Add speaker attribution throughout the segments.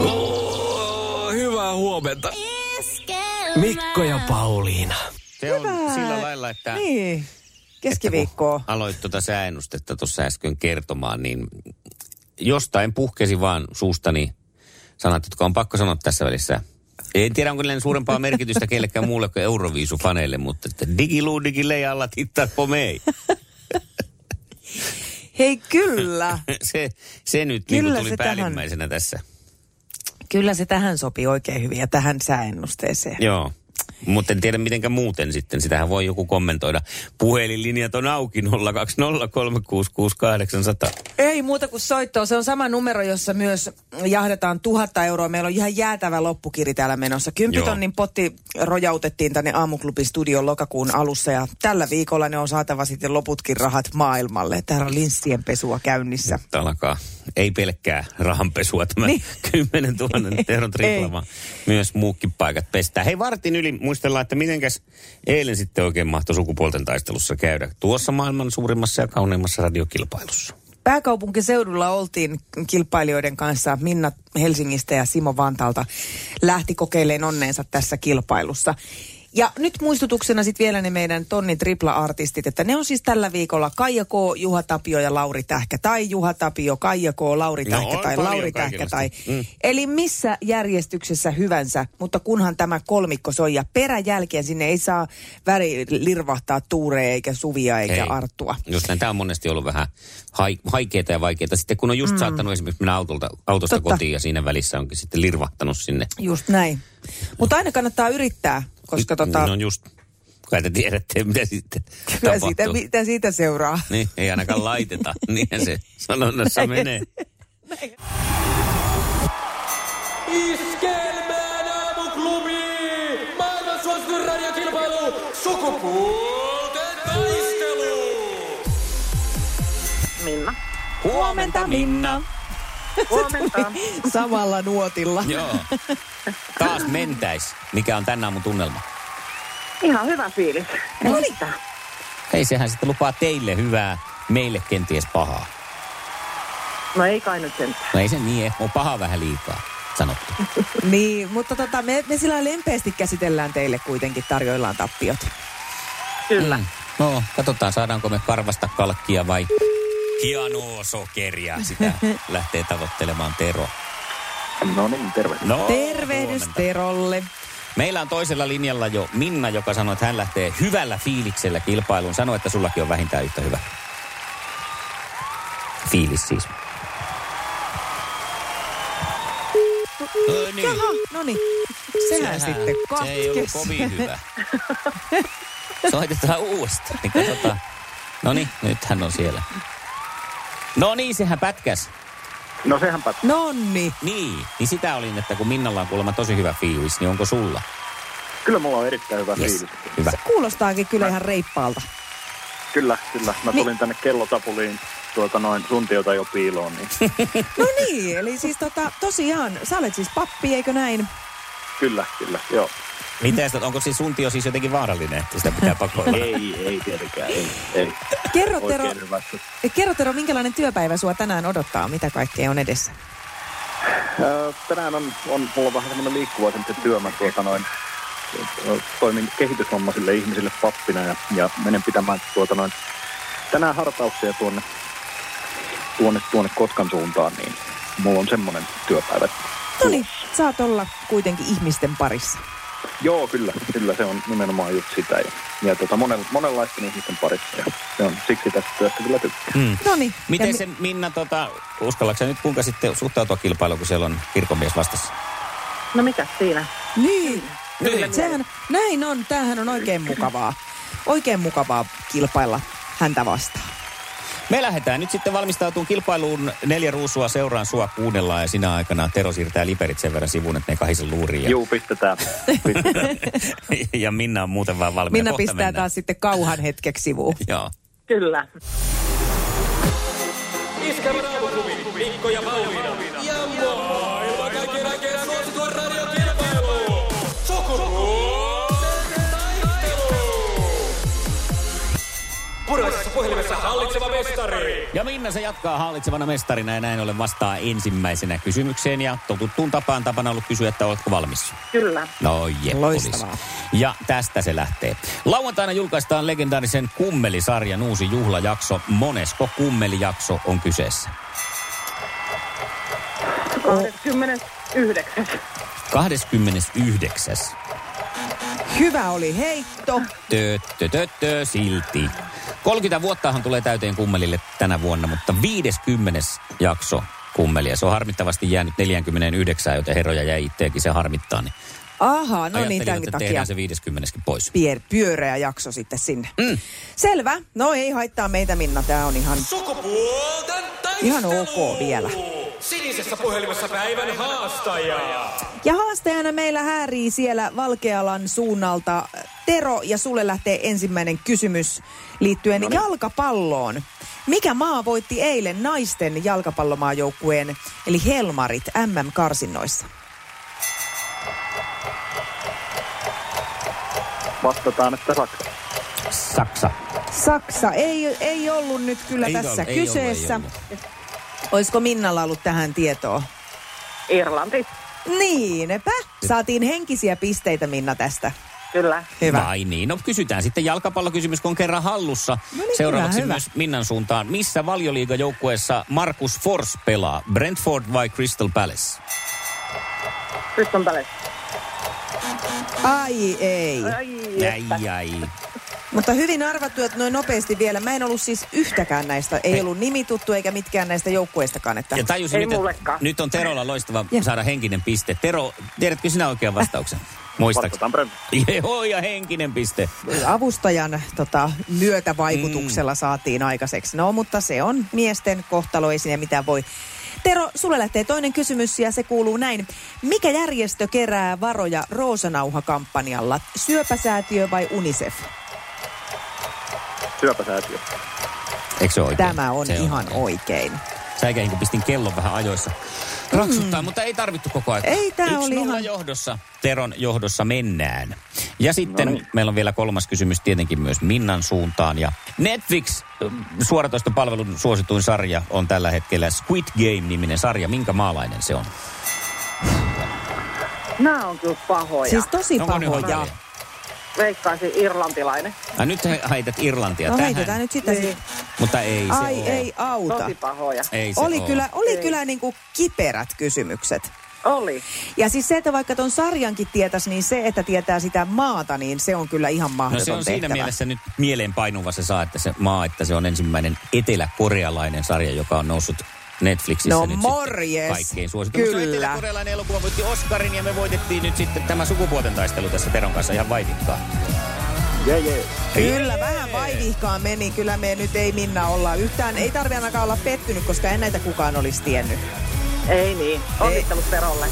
Speaker 1: Oh, huomenta. Mikko ja Pauliina.
Speaker 2: Se on sillä lailla, että...
Speaker 3: Niin,
Speaker 2: kun
Speaker 3: keskiviikkoa.
Speaker 2: aloit tuota säännustetta tuossa äsken kertomaan, niin jostain puhkesi vaan suustani sanat, jotka on pakko sanoa tässä välissä. En tiedä, onko niillä suurempaa merkitystä kellekään muulle kuin Euroviisufaneille, mutta että digiluu digille ja alla tittat pomei.
Speaker 3: Hei, kyllä.
Speaker 2: Se, se nyt niin
Speaker 3: Kyllä
Speaker 2: tuli
Speaker 3: se tähän-
Speaker 2: päällimmäisenä tässä.
Speaker 3: kyllä se tähän sopii oikein hyvin ja tähän sääennusteeseen.
Speaker 2: Joo. Mutta en tiedä mitenkä muuten sitten. Sitähän voi joku kommentoida. Puhelinlinjat on auki 020366800.
Speaker 3: Ei muuta kuin soittoa. Se on sama numero, jossa myös jahdetaan tuhatta euroa. Meillä on ihan jäätävä loppukiri täällä menossa. Kympitonnin potti rojautettiin tänne aamuklubin studion lokakuun alussa ja tällä viikolla ne on saatava sitten loputkin rahat maailmalle. Täällä on linssien pesua käynnissä.
Speaker 2: Nyt alkaa. Ei pelkkää rahanpesua tämä niin. 10 000 euron tripla,
Speaker 3: Ei.
Speaker 2: vaan myös muukkipaikat pestää. Hei vartin yli muistellaan, että mitenkäs eilen sitten oikein mahtoi sukupuolten taistelussa käydä tuossa maailman suurimmassa ja kauneimmassa radiokilpailussa.
Speaker 3: Pääkaupunkiseudulla oltiin kilpailijoiden kanssa. Minna Helsingistä ja Simo Vantaalta lähti kokeileen onneensa tässä kilpailussa. Ja nyt muistutuksena sitten vielä ne meidän tonnin tripla-artistit, että ne on siis tällä viikolla Kaija K, Juha Tapio ja Lauri Tähkä. Tai Juha Tapio, Kaija K, Lauri
Speaker 2: No
Speaker 3: Tähkä
Speaker 2: on
Speaker 3: tai
Speaker 2: paljon
Speaker 3: Lauri Tähkä. Tai...
Speaker 2: kaikenlaista. Mm.
Speaker 3: Eli missä järjestyksessä hyvänsä, mutta kunhan tämä kolmikko soi ja peräjälkeen sinne ei saa väri lirvahtaa tuureja eikä suvia eikä
Speaker 2: Hei.
Speaker 3: arttua.
Speaker 2: Just näin, tämä on monesti ollut vähän hai, haikeita ja vaikeita. Sitten kun on just mm. saattanut esimerkiksi mennä autolta, autosta
Speaker 3: Totta.
Speaker 2: kotiin ja siinä välissä onkin sitten lirvahtanut sinne.
Speaker 3: Just näin. Mutta aina kannattaa yrittää, koska tota,
Speaker 2: No just, kai te tiedätte, mitä sitten
Speaker 3: kyllä
Speaker 2: tapahtuu.
Speaker 3: siitä, mitä siitä seuraa.
Speaker 2: Niin, ei ainakaan laiteta. Niinhän se sanonnassa menee.
Speaker 4: Iskelmään aamuklubi! Maailman suosituin radiokilpailu! Sukupuolten taistelu!
Speaker 5: Minna.
Speaker 3: Huomenta Minna.
Speaker 5: Huomenta.
Speaker 3: Samalla nuotilla.
Speaker 2: Niin. Joo. Taas mentäis. Mikä on tänään mun tunnelma?
Speaker 5: Ihan hyvä fiilis.
Speaker 3: No niin.
Speaker 5: Että
Speaker 2: Ei sehän sitten lupaa teille hyvää, meille kenties pahaa.
Speaker 5: No ei kai nyt sen.
Speaker 2: No ei se niin, eh, on paha vähän liikaa sanottu.
Speaker 3: Niin, mutta tota, me, me sillä lempeästi käsitellään teille kuitenkin, tarjoillaan tappiot.
Speaker 5: Kyllä.
Speaker 2: Mm. No, katsotaan saadaanko me karvasta kalkkia vai hienoa sokeria. Sitä lähtee tavoittelemaan Tero.
Speaker 6: No niin, terve.
Speaker 2: No,
Speaker 3: Tervehdys
Speaker 2: huomenta. Niin.
Speaker 3: Terolle.
Speaker 2: Meillä on toisella linjalla jo Minna, joka sanoi, että hän lähtee hyvällä fiiliksellä kilpailuun. Sano, että sullakin on vähintään yhtä hyvä. Fiilis siis. No niin,
Speaker 3: Jaha, no niin. Sehän, sitten
Speaker 2: se
Speaker 3: katkesi.
Speaker 2: ei ollut kovin hyvä. Soitetaan uudestaan. Niin katsotaan. No niin, nyt hän on siellä. No niin, sehän pätkäs.
Speaker 6: No sehän pat...
Speaker 3: Nonni.
Speaker 2: Niin, niin sitä olin, että kun Minnalla on kuulemma tosi hyvä fiilis, niin onko sulla?
Speaker 6: Kyllä mulla on erittäin hyvä yes. fiilis.
Speaker 2: Hyvä.
Speaker 3: Se kuulostaakin kyllä ihan reippaalta.
Speaker 6: Kyllä, kyllä. Mä
Speaker 3: Niin.
Speaker 6: tulin tänne kellotapuliin tuota noin suntiota jo piiloon, niin
Speaker 3: No niin, eli siis tota, tosiaan, sä olet siis pappi, eikö näin?
Speaker 6: kyllä, kyllä, joo.
Speaker 2: Miten sitä, onko siis suntio siis jotenkin vaarallinen, että sitä pitää pakoilla?
Speaker 6: Ei, ei tietenkään, ei, ei.
Speaker 3: Kerro Tero,
Speaker 6: Oikein hyvässä.
Speaker 3: kerro Tero, minkälainen työpäivä sua tänään odottaa, mitä kaikkea on edessä?
Speaker 6: Ö, Tänään on, on mulla vähän semmoinen liikkuva semmoinen työ. Mä tuota noin, ö, toimin kehitysvammaisille ihmisille pappina ja, ja menen pitämään tuota noin, tänään hartauksia tuonne, tuonne, tuonne Kotkan suuntaan, niin mulla on semmoinen työpäivä.
Speaker 3: No niin, saat olla kuitenkin ihmisten parissa.
Speaker 6: Joo, kyllä, kyllä se on nimenomaan just sitä. Ja, ja tota, monen, monenlaisten ihmisten parissa. Ja se on, siksi tästä työstä kyllä tykkää.
Speaker 2: Mm.
Speaker 3: No niin.
Speaker 2: Miten
Speaker 3: Ja
Speaker 2: se Minna, tota, uskallatko sä nyt kuinka sitten suhtautua kilpailuun, kun siellä on kirkomies vastassa?
Speaker 5: No mikä siinä?
Speaker 3: mi- Niin.
Speaker 2: Niin.
Speaker 3: Sehän, näin on, tämähän on oikein mukavaa. Oikein mukavaa kilpailla häntä vastaan.
Speaker 2: Me lähdetään nyt sitten valmistautumaan kilpailuun. Neljä ruusua seuraan sua kuunnellaan ja sinä aikana Tero siirtää liperit sen verran sivuun, että ne kahisen luuriin. Ja,
Speaker 6: Juu, pistetään. pistetään.
Speaker 2: ja Minna on muuten vaan valmiina.
Speaker 3: Minna
Speaker 2: Kohta
Speaker 3: pistää
Speaker 2: mennään.
Speaker 3: taas sitten kauhan hetkeksi sivuun.
Speaker 2: Joo.
Speaker 5: Kyllä.
Speaker 4: Iskelmän aamuklubi! Mikko ja Pauliina! Ja maailman kaikkien aikeen suosituin radiokilpailu! Sukupuolten taistelu! Puraisessa puhelimessa Hallitseva mestari.
Speaker 2: Ja Minna se jatkaa hallitsevana mestarina ja näin ollen vastaa ensimmäisenä kysymykseen. Ja totuttuun tapaan tapana ollut kysyä, että oletko valmis?
Speaker 5: Kyllä.
Speaker 2: No jep,
Speaker 3: Loistavaa.
Speaker 2: olisi. Ja tästä se lähtee. Lauantaina julkaistaan legendaarisen Kummelisarjan uusi juhlajakso. Monesko Kummelijakso on kyseessä?
Speaker 5: 29.
Speaker 2: 29.
Speaker 3: Hyvä oli heitto.
Speaker 2: Töttö, töttö, silti. 30 vuottahan tulee täyteen kummelille tänä vuonna, mutta 50. jakso kummelia. Se on harmittavasti jäänyt 49, joten herroja jäi itseäkin se harmittaa. Niin
Speaker 3: Ahaa, no niin,
Speaker 2: ajattelin,
Speaker 3: tämän
Speaker 2: että
Speaker 3: takia.
Speaker 2: tehdään se 50 pois.
Speaker 3: Pier, pyöreä jakso sitten sinne. Mm. Selvä. No ei haittaa meitä, Minna. Tämä on ihan...
Speaker 4: Sukupuolten taistelu.
Speaker 3: Ihan ok vielä.
Speaker 4: Sinisessä puhelimessa päivän haastaja.
Speaker 3: Ja haastajana meillä häärii siellä Valkealan suunnalta. Tero ja sulle lähtee ensimmäinen kysymys liittyen Noniin. jalkapalloon. Mikä maa voitti eilen naisten jalkapallomaajoukkueen, eli Helmarit, MM-karsinnoissa?
Speaker 6: Vastataan, että Saksa.
Speaker 2: Saksa.
Speaker 3: Saksa ei, ei ollut nyt kyllä
Speaker 2: Ei
Speaker 3: tässä
Speaker 2: ollut, ei
Speaker 3: kyseessä.
Speaker 2: ollut, ei
Speaker 3: Olisiko Minnalla ollut tähän tietoa?
Speaker 5: Irlanti.
Speaker 3: Niinpä. Saatiin henkisiä pisteitä Minna tästä.
Speaker 5: Kyllä.
Speaker 3: Hyvä.
Speaker 2: Vai niin. No kysytään sitten jalkapallokysymys, kun on kerran hallussa.
Speaker 3: No niin,
Speaker 2: Seuraavaksi
Speaker 3: hyvä, hyvä.
Speaker 2: myös Minnan suuntaan. Missä valioliigajoukkueessa Markus Fors pelaa? Brentford vai Crystal Palace?
Speaker 5: Kristun Palace.
Speaker 3: Ai ei.
Speaker 5: Ai, että.
Speaker 2: Ai, ai.
Speaker 3: Mutta hyvin arvattu, että noin nopeasti vielä. Mä en ollut siis yhtäkään näistä. Ei ollut nimi tuttu eikä mitkään näistä joukkueistakaan. Että...
Speaker 2: Niin. Ja tajusin,
Speaker 5: Ei
Speaker 2: nyt, että
Speaker 5: mullekaan.
Speaker 2: nyt on Terolla loistava
Speaker 3: Ja.
Speaker 2: saada henkinen piste. Tero, tiedätkö sinä oikean vastauksen? Muistaakseni.
Speaker 6: Vastataan Brent.
Speaker 2: Joo, ja henkinen piste.
Speaker 3: Avustajan tota,
Speaker 2: Mm.
Speaker 3: myötävaikutuksella saatiin aikaiseksi. No, mutta se on miesten kohtalo, ei sinne mitään voi. Tero, sulle lähtee toinen kysymys ja se kuuluu näin. Mikä järjestö kerää varoja Roosanauha-kampanjalla? Syöpäsäätiö vai UNICEF?
Speaker 6: Syöpäsäätiö.
Speaker 2: Eikö se ole oikein?
Speaker 3: Tämä on
Speaker 2: se
Speaker 3: ihan oikein.
Speaker 2: Säikäin, kun pistin kellon vähän ajoissa raksuttaa, mm. mutta ei tarvittu koko ajan.
Speaker 3: Ei, tää
Speaker 2: Yksi
Speaker 3: oli
Speaker 2: nolla
Speaker 3: ihan-
Speaker 2: johdossa, Teron johdossa mennään. Ja sitten no niin. meillä on vielä kolmas kysymys tietenkin myös Minnan suuntaan. Ja Netflix, suoratoista palvelun suosituin sarja, on tällä hetkellä Squid Game-niminen sarja. Minkä maalainen se on?
Speaker 5: Nämä on kyllä pahoja.
Speaker 3: Siis
Speaker 5: Siis
Speaker 3: tosi
Speaker 2: Onko ne
Speaker 3: pahoja.
Speaker 2: hankalia?
Speaker 5: Veikkaisin irlantilainen.
Speaker 2: Ah, nyt he- haitat Irlantia
Speaker 3: No
Speaker 2: tähän,
Speaker 3: heitetään nyt sitä. Niin.
Speaker 2: mutta ei se
Speaker 3: Ai
Speaker 2: oo.
Speaker 3: ei auta.
Speaker 5: Tosi pahoja.
Speaker 2: Ei se
Speaker 3: Oli
Speaker 2: oo.
Speaker 3: kyllä, oli
Speaker 5: Ei.
Speaker 3: kyllä niin kuin kiperät kysymykset.
Speaker 5: Oli.
Speaker 3: Ja siis se, että vaikka ton sarjankin tietäisi, niin se, että tietää sitä maata, niin se on kyllä ihan mahdoton
Speaker 2: No se on
Speaker 3: tehtävä.
Speaker 2: siinä mielessä nyt mieleenpainuva se saa, että se maa, että se on ensimmäinen eteläkorealainen sarja, joka on noussut Netflixissä
Speaker 3: No
Speaker 2: nyt
Speaker 3: morjes.
Speaker 2: sitten kaikkein suosituin. Siis
Speaker 3: Kyllä.
Speaker 2: Eteläkorealainen elokuva voitti Oscarin ja me voitettiin nyt sitten tämä sukupuolten taistelu tässä Teron kanssa ihan vaivikkaa.
Speaker 6: Jee, jee.
Speaker 3: Kyllä, vähän vaivihkaa meni. Kyllä me nyt ei Minna olla yhtään. Ei tarvi ainakaan olla pettynyt, koska en näitä kukaan olisi tiennyt.
Speaker 5: Ei niin. Onnittelut Terolle.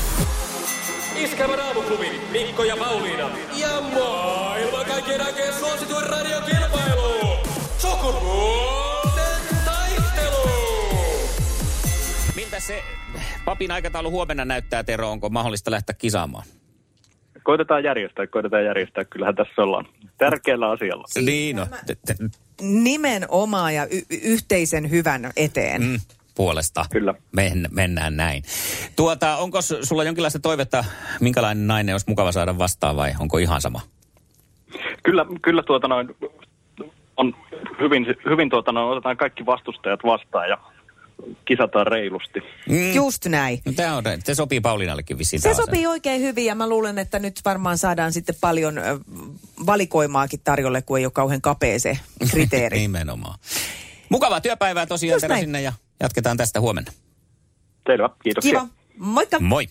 Speaker 4: Iskävän aamuklubi Mikko ja Pauliina. Ja maailman kaikkien aikeen suosituen radiokilpailu. Sukupuolten taistelu.
Speaker 2: Miltä se eh, papin aikataulu huomenna näyttää, Tero? Onko mahdollista lähteä kisaamaan?
Speaker 6: Koitetaan järjestää, koitetaan järjestää. Kyllähän tässä ollaan tärkeällä asialla.
Speaker 2: Niin, no,
Speaker 3: Siis
Speaker 2: te- te-
Speaker 3: Nimenomaan ja y- y- yhteisen hyvän eteen. Mm.
Speaker 2: mm, puolesta.
Speaker 6: Kyllä.
Speaker 2: Men, mennään näin. Tuota, onko sulla jonkinlaista toivetta, minkälainen nainen olisi mukava saada vastaan vai onko ihan sama?
Speaker 6: Kyllä, kyllä tuota noin, on hyvin, hyvin tuota noin, otetaan kaikki vastustajat vastaan ja kisataan reilusti.
Speaker 2: Mm.
Speaker 3: Just näin.
Speaker 2: No, tämä on, se sopii Pauliinallekin vissiin.
Speaker 3: Se
Speaker 2: tää asia.
Speaker 3: sopii oikein hyvin ja mä luulen, että nyt varmaan saadaan sitten paljon ö, valikoimaakin tarjolle, kun ei ole kauhean kapea se kriteeri.
Speaker 2: Nimenomaan. Mukavaa työpäivää tosiaan
Speaker 3: Just
Speaker 2: Tero
Speaker 3: näin.
Speaker 2: sinne ja jatketaan tästä huomenna.
Speaker 6: Selvä, kiitoksia.
Speaker 3: Kiva. Moikka.
Speaker 2: Moi.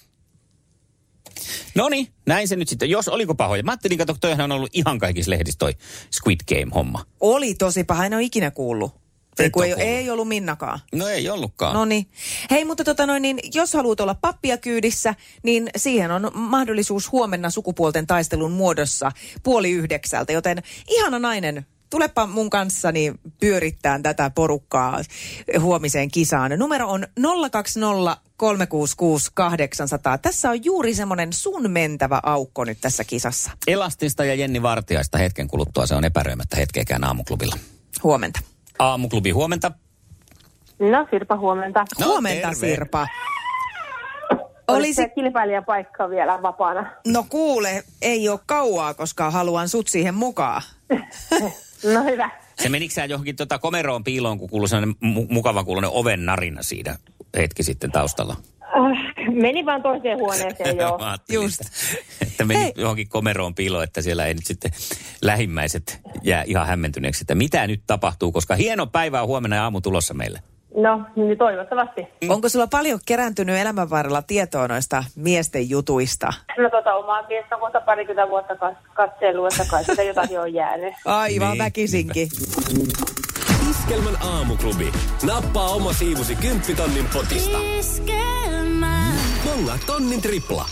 Speaker 2: No niin, näin se nyt sitten. Jos oliko pahoja. Mä ajattelin, kato, toihan on ollut ihan kaikissa lehdissä toi Squid Game-homma.
Speaker 3: Oli tosi paha, en ole ikinä kuullut. Ei,
Speaker 2: Et
Speaker 3: kun
Speaker 2: oo
Speaker 3: ei,
Speaker 2: kuullut.
Speaker 3: ei ollut Minnakaan.
Speaker 2: No ei ollutkaan.
Speaker 3: No niin. Hei, mutta tota noin, niin jos haluat olla pappia kyydissä, niin siihen on mahdollisuus huomenna sukupuolten taistelun muodossa puoli yhdeksältä. Joten ihana nainen, tulepa mun kanssani pyörittään tätä porukkaa huomiseen kisaan. Numero on 020 366 800. Tässä on juuri semmoinen sun mentävä aukko nyt tässä kisassa.
Speaker 2: Elastista ja Jenni Vartiaista hetken kuluttua se on epäröimättä hetkeäkään aamuklubilla.
Speaker 3: Huomenta.
Speaker 2: Aamuklubi huomenta.
Speaker 7: No Sirpa, huomenta.
Speaker 2: No,
Speaker 3: Huomenta
Speaker 2: terve.
Speaker 3: Sirpa.
Speaker 7: Olisi
Speaker 3: Olisi,
Speaker 7: se kilpailijapaikka vielä vapaana.
Speaker 3: no kuule, ei ole kauaa, koska haluan sut siihen mukaan.
Speaker 7: No hyvä.
Speaker 2: Se menikö sä johonkin tota komeroon piiloon, kun kuului sellainen mu- mukava kuuluinen oven narina siinä hetki sitten taustalla?
Speaker 7: Äh, Meni vaan toiseen huoneeseen joo.
Speaker 2: Mä ajattelin,
Speaker 3: Just.
Speaker 2: Että, että meni
Speaker 3: Hei.
Speaker 2: johonkin komeroon piiloon, että siellä ei nyt sitten lähimmäiset jää ihan hämmentyneeksi, että mitä nyt tapahtuu, koska hieno päivä on huomenna ja aamu tulossa meille.
Speaker 7: No, niin toivottavasti.
Speaker 3: Mm. Onko sulla paljon kerääntynyt elämän varrella tietoa noista miesten jutuista?
Speaker 7: No tota omaa miestä on kohta parikymmentä vuotta kas- katsellut, että kai sitä jotakin on jäänyt.
Speaker 3: Aivan
Speaker 2: Niin,
Speaker 3: niin, väkisinkin.
Speaker 4: Iskelmän aamuklubi. Nappaa oma siivosi kymppitonnin potista.
Speaker 1: Iskelmä.
Speaker 4: Bonga tonnin tripla.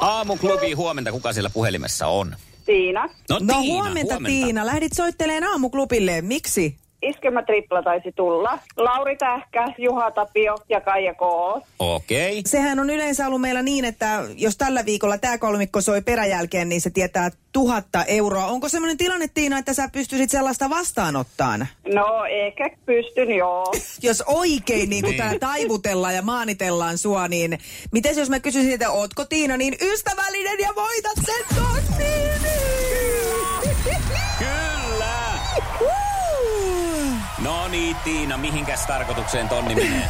Speaker 2: Aamuklubi huomenta, kuka siellä puhelimessa on?
Speaker 8: Tiina.
Speaker 2: No,
Speaker 3: No huomenta, huomenta Tiina. Lähdit soitteleen aamuklubille. Miksi?
Speaker 8: Iskelmä tripla taisi tulla. Lauri Tähkä, Juha Tapio ja Kaija Koos.
Speaker 2: Okei.
Speaker 3: Sehän on yleensä ollut meillä niin, että jos tällä viikolla tämä kolmikko soi peräjälkeen, niin se tietää tuhatta euroa. Onko semmoinen tilanne, Tiina, että sä pystyisit sellaista vastaanottaan?
Speaker 8: No, ehkä pystyn joo.
Speaker 3: Jos oikein niin kuin
Speaker 2: Niin.
Speaker 3: täällä taivutellaan ja maanitellaan sua, niin miten jos mä kysyisin, että ootko Tiina niin ystävällinen ja voitat sen tonnin?
Speaker 2: Kyllä! No niin, Tiina, mihinkäs tarkoitukseen tonni menee?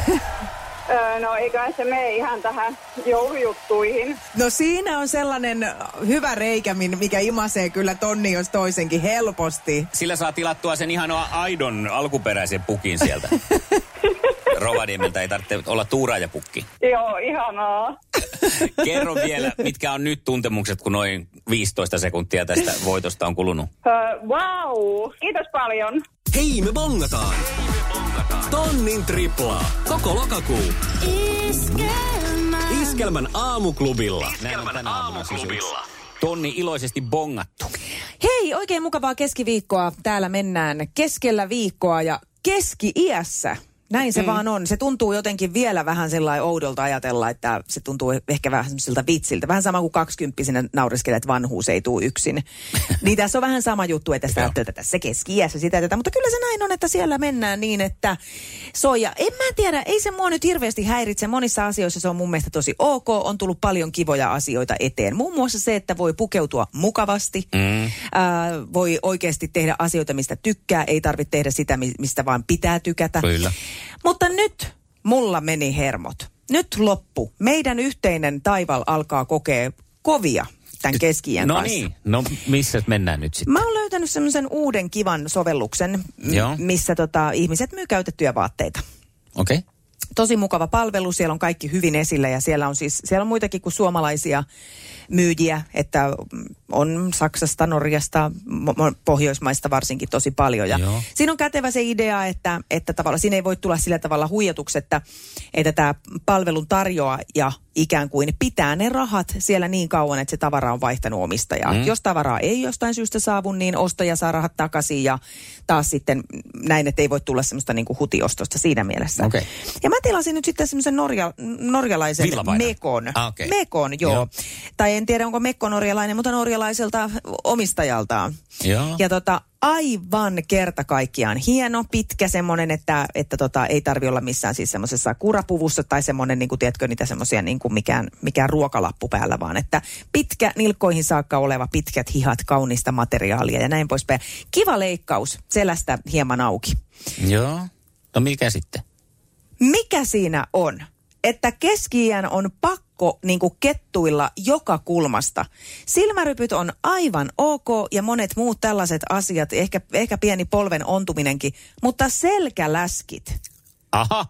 Speaker 8: Öö, no, eiköhän se mene ihan tähän joulujuttuihin.
Speaker 3: No siinä on sellainen hyvä reikä, min- mikä imasee kyllä tonni jos toisenkin helposti.
Speaker 2: Sillä saa tilattua sen ihan aidon alkuperäisen pukin sieltä. Rovaniemeltä ei tarvitse olla tuuraajapukki.
Speaker 8: Joo, ihanaa.
Speaker 2: Kerro vielä, mitkä on nyt tuntemukset, kun noin 15 sekuntia tästä voitosta on kulunut.
Speaker 8: Öö, wow, kiitos paljon.
Speaker 4: Hei me bongataan. Tonnin triplaa. Koko lokakuu.
Speaker 1: Iskelmä.
Speaker 4: Iskelmän aamuklubilla.
Speaker 2: Näin on tänä aamuna siis yksi. Tonni iloisesti bongattu.
Speaker 3: Hei, oikein mukavaa keskiviikkoa. Täällä mennään keskellä viikkoa ja keski-iässä. Näin se mm. vaan on. Se tuntuu jotenkin vielä vähän sellainen oudolta ajatella, että se tuntuu ehkä vähän semmoiselta vitsiltä. Vähän sama kuin kaksikymppisenä naureskelee, että vanhuus ei tuu yksin. niin tässä on vähän sama juttu, että sitä ajattelee, että tässä keski-iässä sitä tätä. Mutta kyllä se näin on, että siellä mennään niin, että soi. Ja en mä tiedä, ei se mua nyt hirveästi häiritse. Monissa asioissa se on mun mielestä tosi ok. On tullut paljon kivoja asioita eteen. Muun muassa se, että voi pukeutua mukavasti. Mm. Ää, voi oikeasti tehdä asioita, mistä tykkää. Ei tarvitse tehdä sitä, mi- mistä vaan pitää tykätä.
Speaker 2: Kyllä.
Speaker 3: Mutta nyt mulla meni hermot. Nyt loppu. Meidän yhteinen taival alkaa kokea kovia tämän keski
Speaker 2: no
Speaker 3: kanssa.
Speaker 2: niin, no missä mennään nyt sitten?
Speaker 3: Mä oon löytänyt semmoisen uuden kivan sovelluksen, m-
Speaker 2: Joo.
Speaker 3: missä tota, ihmiset myy käytettyjä vaatteita.
Speaker 2: Okei. Okay.
Speaker 3: Tosi mukava palvelu, siellä on kaikki hyvin esillä ja siellä on siis, siellä on muitakin kuin suomalaisia myyjiä, että mm, on Saksasta, Norjasta, mo- mo- Pohjoismaista varsinkin tosi paljon. Ja
Speaker 2: Joo.
Speaker 3: siinä on kätevä se idea, että, että tavallaan siinä ei voi tulla sillä tavalla huijatuksi, että, että tämä palvelun tarjoaa ja ikään kuin pitää ne rahat siellä niin kauan, että se tavara on vaihtanut omistajaa. Mm. Jos tavaraa ei jostain syystä saavu, niin ostaja saa rahat takaisin ja taas sitten näin, että ei voi tulla semmoista niin kuin hutiostosta siinä mielessä.
Speaker 2: Okei.
Speaker 3: Ja mä tilasin nyt sitten semmoisen norja, norjalaisen
Speaker 2: Villapaidan.
Speaker 3: Mekon.
Speaker 2: Ah, okei.
Speaker 3: Mekon, joo.
Speaker 2: Joo.
Speaker 3: joo. Tai en tiedä, onko Mekko norjalainen, mutta norjalaiselta omistajaltaan.
Speaker 2: Joo.
Speaker 3: Ja tota, aivan kerta kaikkiaan hieno, pitkä semmoinen, että, että tota, ei tarvi olla missään siis semmoisessa kurapuvussa tai semmoinen, niin kuin, tiedätkö, niitä semmoisia niin kuin mikään, mikään ruokalappu päällä, vaan että pitkä nilkkoihin saakka oleva pitkät hihat kaunista materiaalia ja näin poispäin. Kiva leikkaus, selästä hieman auki.
Speaker 2: Joo. No mikä sitten?
Speaker 3: Mikä siinä on? Että keski on pakko niin kuin kettuilla joka kulmasta. Silmärypyt on aivan ok ja monet muut tällaiset asiat, ehkä, ehkä pieni polven ontuminenkin, mutta selkäläskit,
Speaker 2: Aha.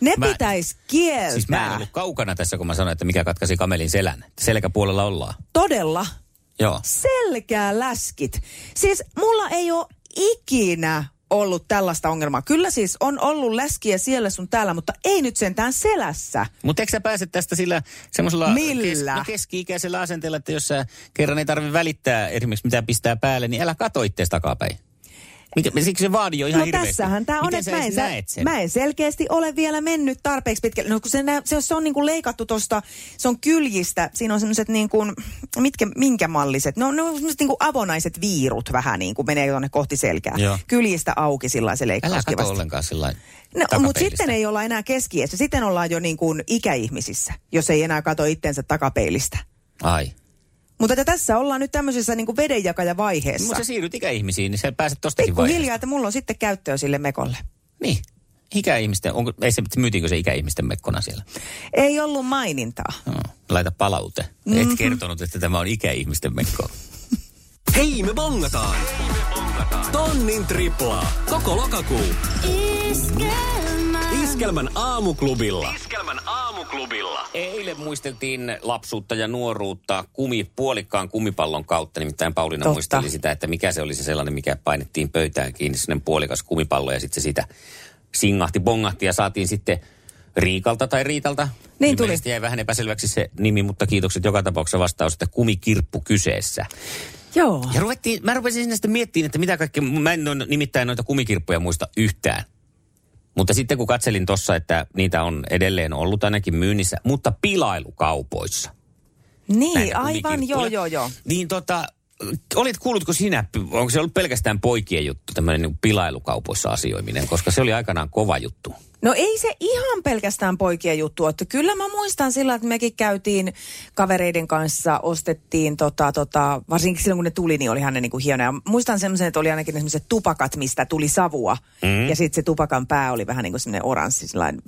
Speaker 3: ne
Speaker 2: Mä-
Speaker 3: mä, pitäisi kieltää.
Speaker 2: Siis mä en ollut kaukana tässä, kun mä sanoin, että mikä katkaisi kamelin selän. Selkäpuolella ollaan.
Speaker 3: Todella
Speaker 2: Joo.
Speaker 3: selkäläskit. Siis mulla ei ole ikinä ollut tällaista ongelmaa. Kyllä siis on ollut läskiä siellä sun täällä, mutta ei nyt sentään selässä.
Speaker 2: Mutta eikö sä pääse tästä sillä semmoisella
Speaker 3: Millä?
Speaker 2: no keski-ikäisellä asenteella, että jos sä kerran ei tarvitse välittää esimerkiksi mitä pistää päälle, niin älä kato ittees takapäin. Mikä, siksi se vaadi on ihan
Speaker 3: no
Speaker 2: hirveästi.
Speaker 3: tässähän tämä on,
Speaker 2: Miten
Speaker 3: että
Speaker 2: sä
Speaker 3: mä en,
Speaker 2: edes
Speaker 3: sä-
Speaker 2: näet sen?
Speaker 3: mä en selkeästi ole vielä mennyt tarpeeksi pitkälle. No kun se, nä- se, se on niin kuin leikattu tuosta, se on kyljistä, siinä on semmoiset niin kuin, mitkä, minkä malliset, no ne on semmoiset niin kuin avonaiset viirut vähän niin kuin menee tuonne kohti selkää.
Speaker 2: Joo.
Speaker 3: Kyljistä auki sillä lailla se
Speaker 2: Älä
Speaker 3: leikkaus
Speaker 2: kato
Speaker 3: kivasti.
Speaker 2: ollenkaan sillä
Speaker 3: No, mutta sitten ei olla enää keskiässä. Sitten ollaan jo niin kuin ikäihmisissä, jos ei enää kato itsensä takapeilistä.
Speaker 2: Ai.
Speaker 3: Mutta että tässä ollaan nyt tämmöisessä niin kuin vedenjakajavaiheessa.
Speaker 2: Mutta sä siirryt ikäihmisiin, niin sä pääset tostakin
Speaker 3: Pikku
Speaker 2: vaiheesta.
Speaker 3: hiljaa, että mulla on sitten käyttöä sille mekolle.
Speaker 2: Niin. Ikäihmisten, onko, ei se, myytiinkö se ikäihmisten mekkona siellä?
Speaker 3: Ei ollut mainintaa.
Speaker 2: No, laita palaute. Mm-hmm. Et kertonut, että tämä on ikäihmisten mekko.
Speaker 4: Hei, me bongataan! Tonnin triplaa. Koko lokakuu.
Speaker 1: Iskelmä.
Speaker 4: Iskelmän aamuklubilla. Iskelmän aamuklubilla.
Speaker 2: Eilen muisteltiin lapsuutta ja nuoruutta kumi, puolikkaan kumipallon kautta. Nimittäin Pauliina
Speaker 3: Totta.
Speaker 2: muisteli sitä, että mikä se oli se sellainen, mikä painettiin pöytään kiinni, sellainen puolikas kumipallo ja sitten se siitä singahti, bongahti ja saatiin sitten Riikalta tai Riitalta.
Speaker 3: Niin tuli.
Speaker 2: Ilmeisesti jäi vähän epäselväksi se nimi, mutta kiitokset joka tapauksessa vastaus, että kumikirppu kyseessä.
Speaker 3: Joo.
Speaker 2: Ja ruvettiin, mä rupesin sinne sitten miettimään, että mitä kaikkea, mä en ole nimittäin noita kumikirppuja muista yhtään. Mutta sitten kun katselin tuossa, että niitä on edelleen ollut ainakin myynnissä, mutta pilailukaupoissa.
Speaker 3: Niin,
Speaker 2: näitä
Speaker 3: aivan,
Speaker 2: kumikirppuja.
Speaker 3: joo, joo, joo.
Speaker 2: Niin tota, olit kuullutko sinä, onko se ollut pelkästään poikien juttu, tämmöinen niin pilailukaupoissa asioiminen, koska se oli aikanaan kova juttu.
Speaker 3: No ei se ihan pelkästään poikien juttu, että kyllä mä muistan sillä, että mekin käytiin kavereiden kanssa, ostettiin tota, tota, varsinkin silloin kun ne tuli, niin olihan ne niinku hienoja. Muistan semmoisen, että oli ainakin ne semmoiset tupakat, mistä tuli savua
Speaker 2: Mm-hmm.
Speaker 3: mm. ja sitten se tupakan pää oli vähän niin kuin semmoinen oranssi, sellainen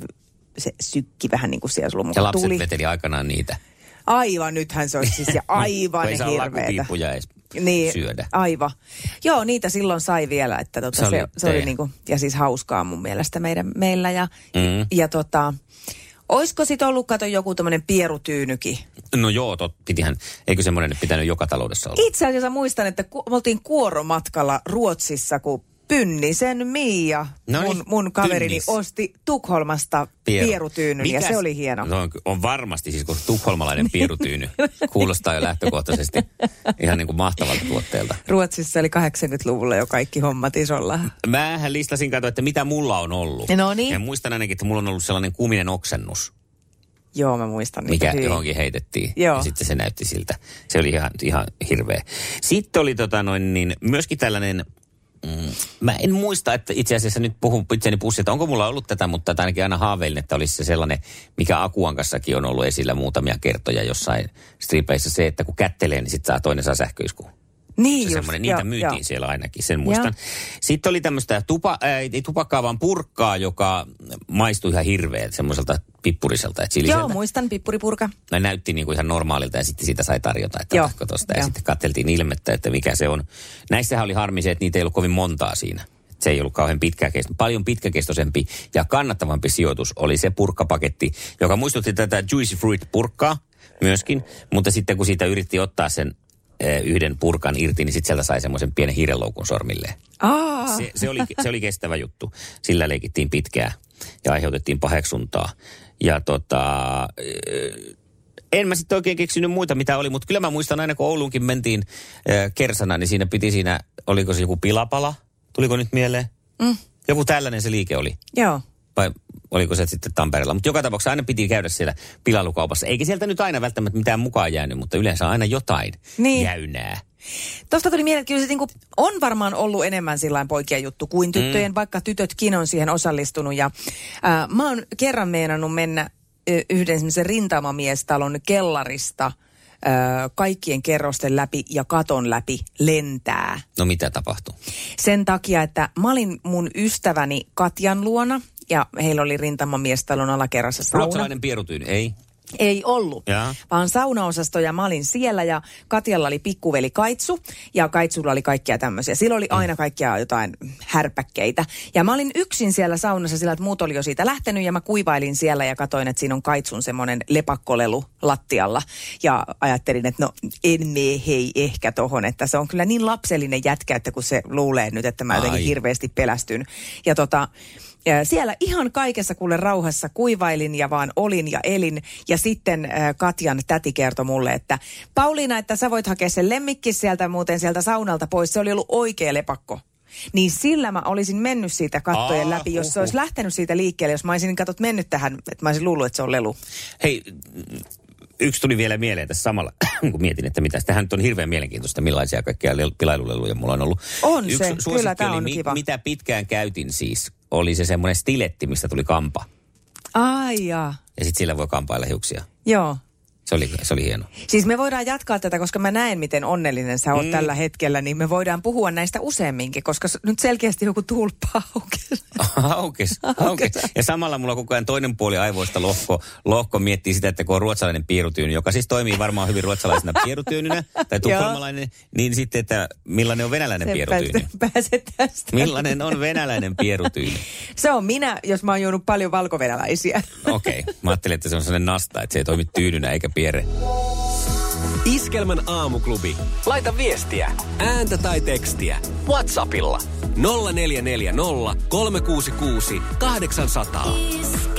Speaker 3: se sykki vähän niin kuin siellä sulla
Speaker 2: Ja
Speaker 3: mukaan
Speaker 2: lapset
Speaker 3: tuli.
Speaker 2: veteli aikanaan niitä. No,
Speaker 3: Aivan, nythän se olisi siis ja aivan
Speaker 2: Kun No ei saa
Speaker 3: hirveetä.
Speaker 2: lakupiippuja edes
Speaker 3: Niin,
Speaker 2: syödä.
Speaker 3: aivan. Joo, niitä silloin sai vielä, että tota, se,
Speaker 2: Se oli
Speaker 3: se, se oli
Speaker 2: teidän.
Speaker 3: niinku, ja siis hauskaa mun mielestä meidän, meillä. Ja, mm. ja tota, oisko sit ollut, kato, joku tämmönen pierutyynyki?
Speaker 2: No joo, tot, pitihän, eikö semmoinen pitänyt joka taloudessa olla?
Speaker 3: Itse asiassa muistan, että ku, me oltiin kuoromatkalla Ruotsissa, kun Pynnisen Miia,
Speaker 2: No niin,
Speaker 3: mun, mun kaverini,
Speaker 2: Pynnis.
Speaker 3: osti Tukholmasta
Speaker 2: Pieru.
Speaker 3: pierutyynyn ja
Speaker 2: Mikäs-
Speaker 3: se oli hieno.
Speaker 2: No on, ky- on varmasti siis, kun tukholmalainen pierutyyny kuulostaa jo lähtökohtaisesti ihan niin kuin mahtavalta tuotteelta.
Speaker 3: Ruotsissa eli 80-luvulla jo kaikki hommat isolla.
Speaker 2: Mähän listasin katsoa, että mitä mulla on ollut.
Speaker 3: No niin.
Speaker 2: Ja muistan ainakin, että mulla on ollut sellainen kuminen oksennus,
Speaker 3: Joo, mä muistan niitä
Speaker 2: mikä
Speaker 3: hyvin.
Speaker 2: johonkin heitettiin.
Speaker 3: Niin. Joo.
Speaker 2: Ja sitten se näytti siltä. Se oli ihan, ihan hirveä. Sitten oli tota noin, niin myöskin tällainen, mm, mä en muista, että itse asiassa nyt puhun itseäni pussi, että onko mulla ollut tätä, mutta tätä ainakin aina haaveilin, että olisi se sellainen, mikä Akuan kassakin on ollut esillä muutamia kertoja jossain stripeissä, se, että kun kättelee, niin sitten saa toinen saa sähköiskun.
Speaker 3: Niin
Speaker 2: Se
Speaker 3: just,
Speaker 2: semmoinen, niitä
Speaker 3: joo,
Speaker 2: myytiin
Speaker 3: joo.
Speaker 2: siellä ainakin, sen muistan. Sitten oli tämmöistä tupa, äh, ei tupakkaa, vaan purkkaa, joka maistui ihan hirveältä, semmoiselta pippuriselta, että
Speaker 3: Joo,
Speaker 2: siliseltä.
Speaker 3: muistan, pippuripurka.
Speaker 2: Mä näytti niinku ihan normaalilta ja sitten sitä sai tarjota, että
Speaker 3: Joo,
Speaker 2: otatko tosta. Ja
Speaker 3: joo.
Speaker 2: sitten katseltiin ilmettä, että mikä se on. Näissähän oli harmi se, että niitä ei ollut kovin montaa siinä. Et Se ei ollut kauhean pitkäkesto, paljon pitkäkestoisempi ja kannattavampi sijoitus oli se purkkapaketti, joka muistutti tätä Juicy Fruit-purkkaa myöskin. Mutta sitten kun siitä yritti ottaa sen eh, yhden purkan irti, niin sitten sieltä sai semmoisen pienen hiirenloukun sormilleen.
Speaker 3: Aa,
Speaker 2: Se, se, oli, se oli kestävä juttu. Sillä leikittiin pitkään ja aiheutettiin paheksuntaa. Ja tota, eh, en mä sitten oikein keksinyt muita, mitä oli, mutta kyllä mä muistan aina, kun Ouluunkin mentiin eh, kersana, niin siinä piti siinä, oliko se joku pilapala? Tuliko nyt mieleen? Mm. Joku tällainen se liike oli.
Speaker 3: joo.
Speaker 2: Vai oliko se sitten Tampereella? Mutta joka tapauksessa aina piti käydä siellä pilalukaupassa. Eikä sieltä nyt aina välttämättä mitään mukaan jäänyt, mutta yleensä aina jotain
Speaker 3: Niin.
Speaker 2: jäynää.
Speaker 3: Tuosta tuli mieleen, että kyllä se niinku on varmaan ollut enemmän sillain poikien juttu kuin tyttöjen, mm. vaikka tytötkin on siihen osallistunut. Ja, ää, mä oon kerran meinannut mennä ö, yhden semmoisen rintamamiestalon kellarista ö, kaikkien kerrosten läpi ja katon läpi lentää.
Speaker 2: No mitä tapahtui?
Speaker 3: Sen takia, että mä olin mun ystäväni Katjan luona ja heillä oli rintamamiestalon alakerrassa sauna.
Speaker 2: Ruotsalainen pierutyyny, ei?
Speaker 3: Ei ollut,
Speaker 2: Jaa.
Speaker 3: vaan saunaosasto ja mä olin siellä ja Katjalla oli pikkuveli Kaitsu ja Kaitsulla oli kaikkia tämmöisiä. Sillä oli aina kaikkia jotain härpäkkeitä. Ja mä olin yksin siellä saunassa sillä, että muut oli jo siitä lähtenyt ja mä kuivailin siellä ja katsoin, että siinä on Kaitsun semmoinen lepakkolelu lattialla. Ja ajattelin, että no en mene hei ehkä tohon, että se on kyllä niin lapsellinen jätkä, että kun se luulee nyt, että mä jotenkin
Speaker 2: Ai.
Speaker 3: hirveästi pelästyn. Ja tota, ja siellä ihan kaikessa kuule rauhassa kuivailin ja vaan olin ja elin. Ja sitten äh, Katjan täti kertoi mulle, että Pauliina, että sä voit hakea sen lemmikki sieltä muuten sieltä saunalta pois. Se oli ollut oikea lepakko. niin sillä mä olisin mennyt siitä kattojen
Speaker 2: Aa,
Speaker 3: läpi, jos se olisi
Speaker 2: uhu.
Speaker 3: lähtenyt siitä liikkeelle, jos mä olisin niin katot mennyt tähän, että mä olisin luullut, että se on lelu.
Speaker 2: Hei, yksi tuli vielä mieleen tässä samalla, kun mietin, että mitä. Tähän nyt on hirveän mielenkiintoista, millaisia kaikkia lel- pilailuleluja mulla on ollut.
Speaker 3: On
Speaker 2: yksi
Speaker 3: se. Kyllä,
Speaker 2: suosikki
Speaker 3: tää
Speaker 2: oli,
Speaker 3: on kiva.
Speaker 2: Mitä pitkään käytin siis, oli se semmoinen stiletti, mistä tuli kampa.
Speaker 3: Ai jaa.
Speaker 2: Ja sitten sillä voi kampailla hiuksia.
Speaker 3: Joo.
Speaker 2: Se oli, se oli hieno.
Speaker 3: Siis me voidaan jatkaa tätä, koska mä näen, miten onnellinen sä oot mm. tällä hetkellä, niin me voidaan puhua näistä useamminkin, koska s- nyt selkeästi joku tulppa aukeaa.
Speaker 2: Aukes, aukes. Ja samalla mulla koko ajan toinen puoli aivoista lohko, lohko miettii sitä, että kun on ruotsalainen piirutyyny, joka siis toimii varmaan hyvin ruotsalaisena piirutyynynä, tai
Speaker 3: Joo.
Speaker 2: tukholmalainen, niin sitten, että millainen on venäläinen
Speaker 3: Sen
Speaker 2: piirutyyny.
Speaker 3: pääset- Pääset tästä.
Speaker 2: Millainen on venäläinen pierutyyny?
Speaker 3: Se on minä, jos mä oon juonut paljon valkovenäläisiä.
Speaker 2: Okei, okay. mä ajattelin, että se on sellainen nasta, että se ei toimi tyynynä eikä piere.
Speaker 4: Iskelmän aamuklubi. Laita viestiä, ääntä tai tekstiä. WhatsAppilla 0440 366 800.
Speaker 1: Iskelmä.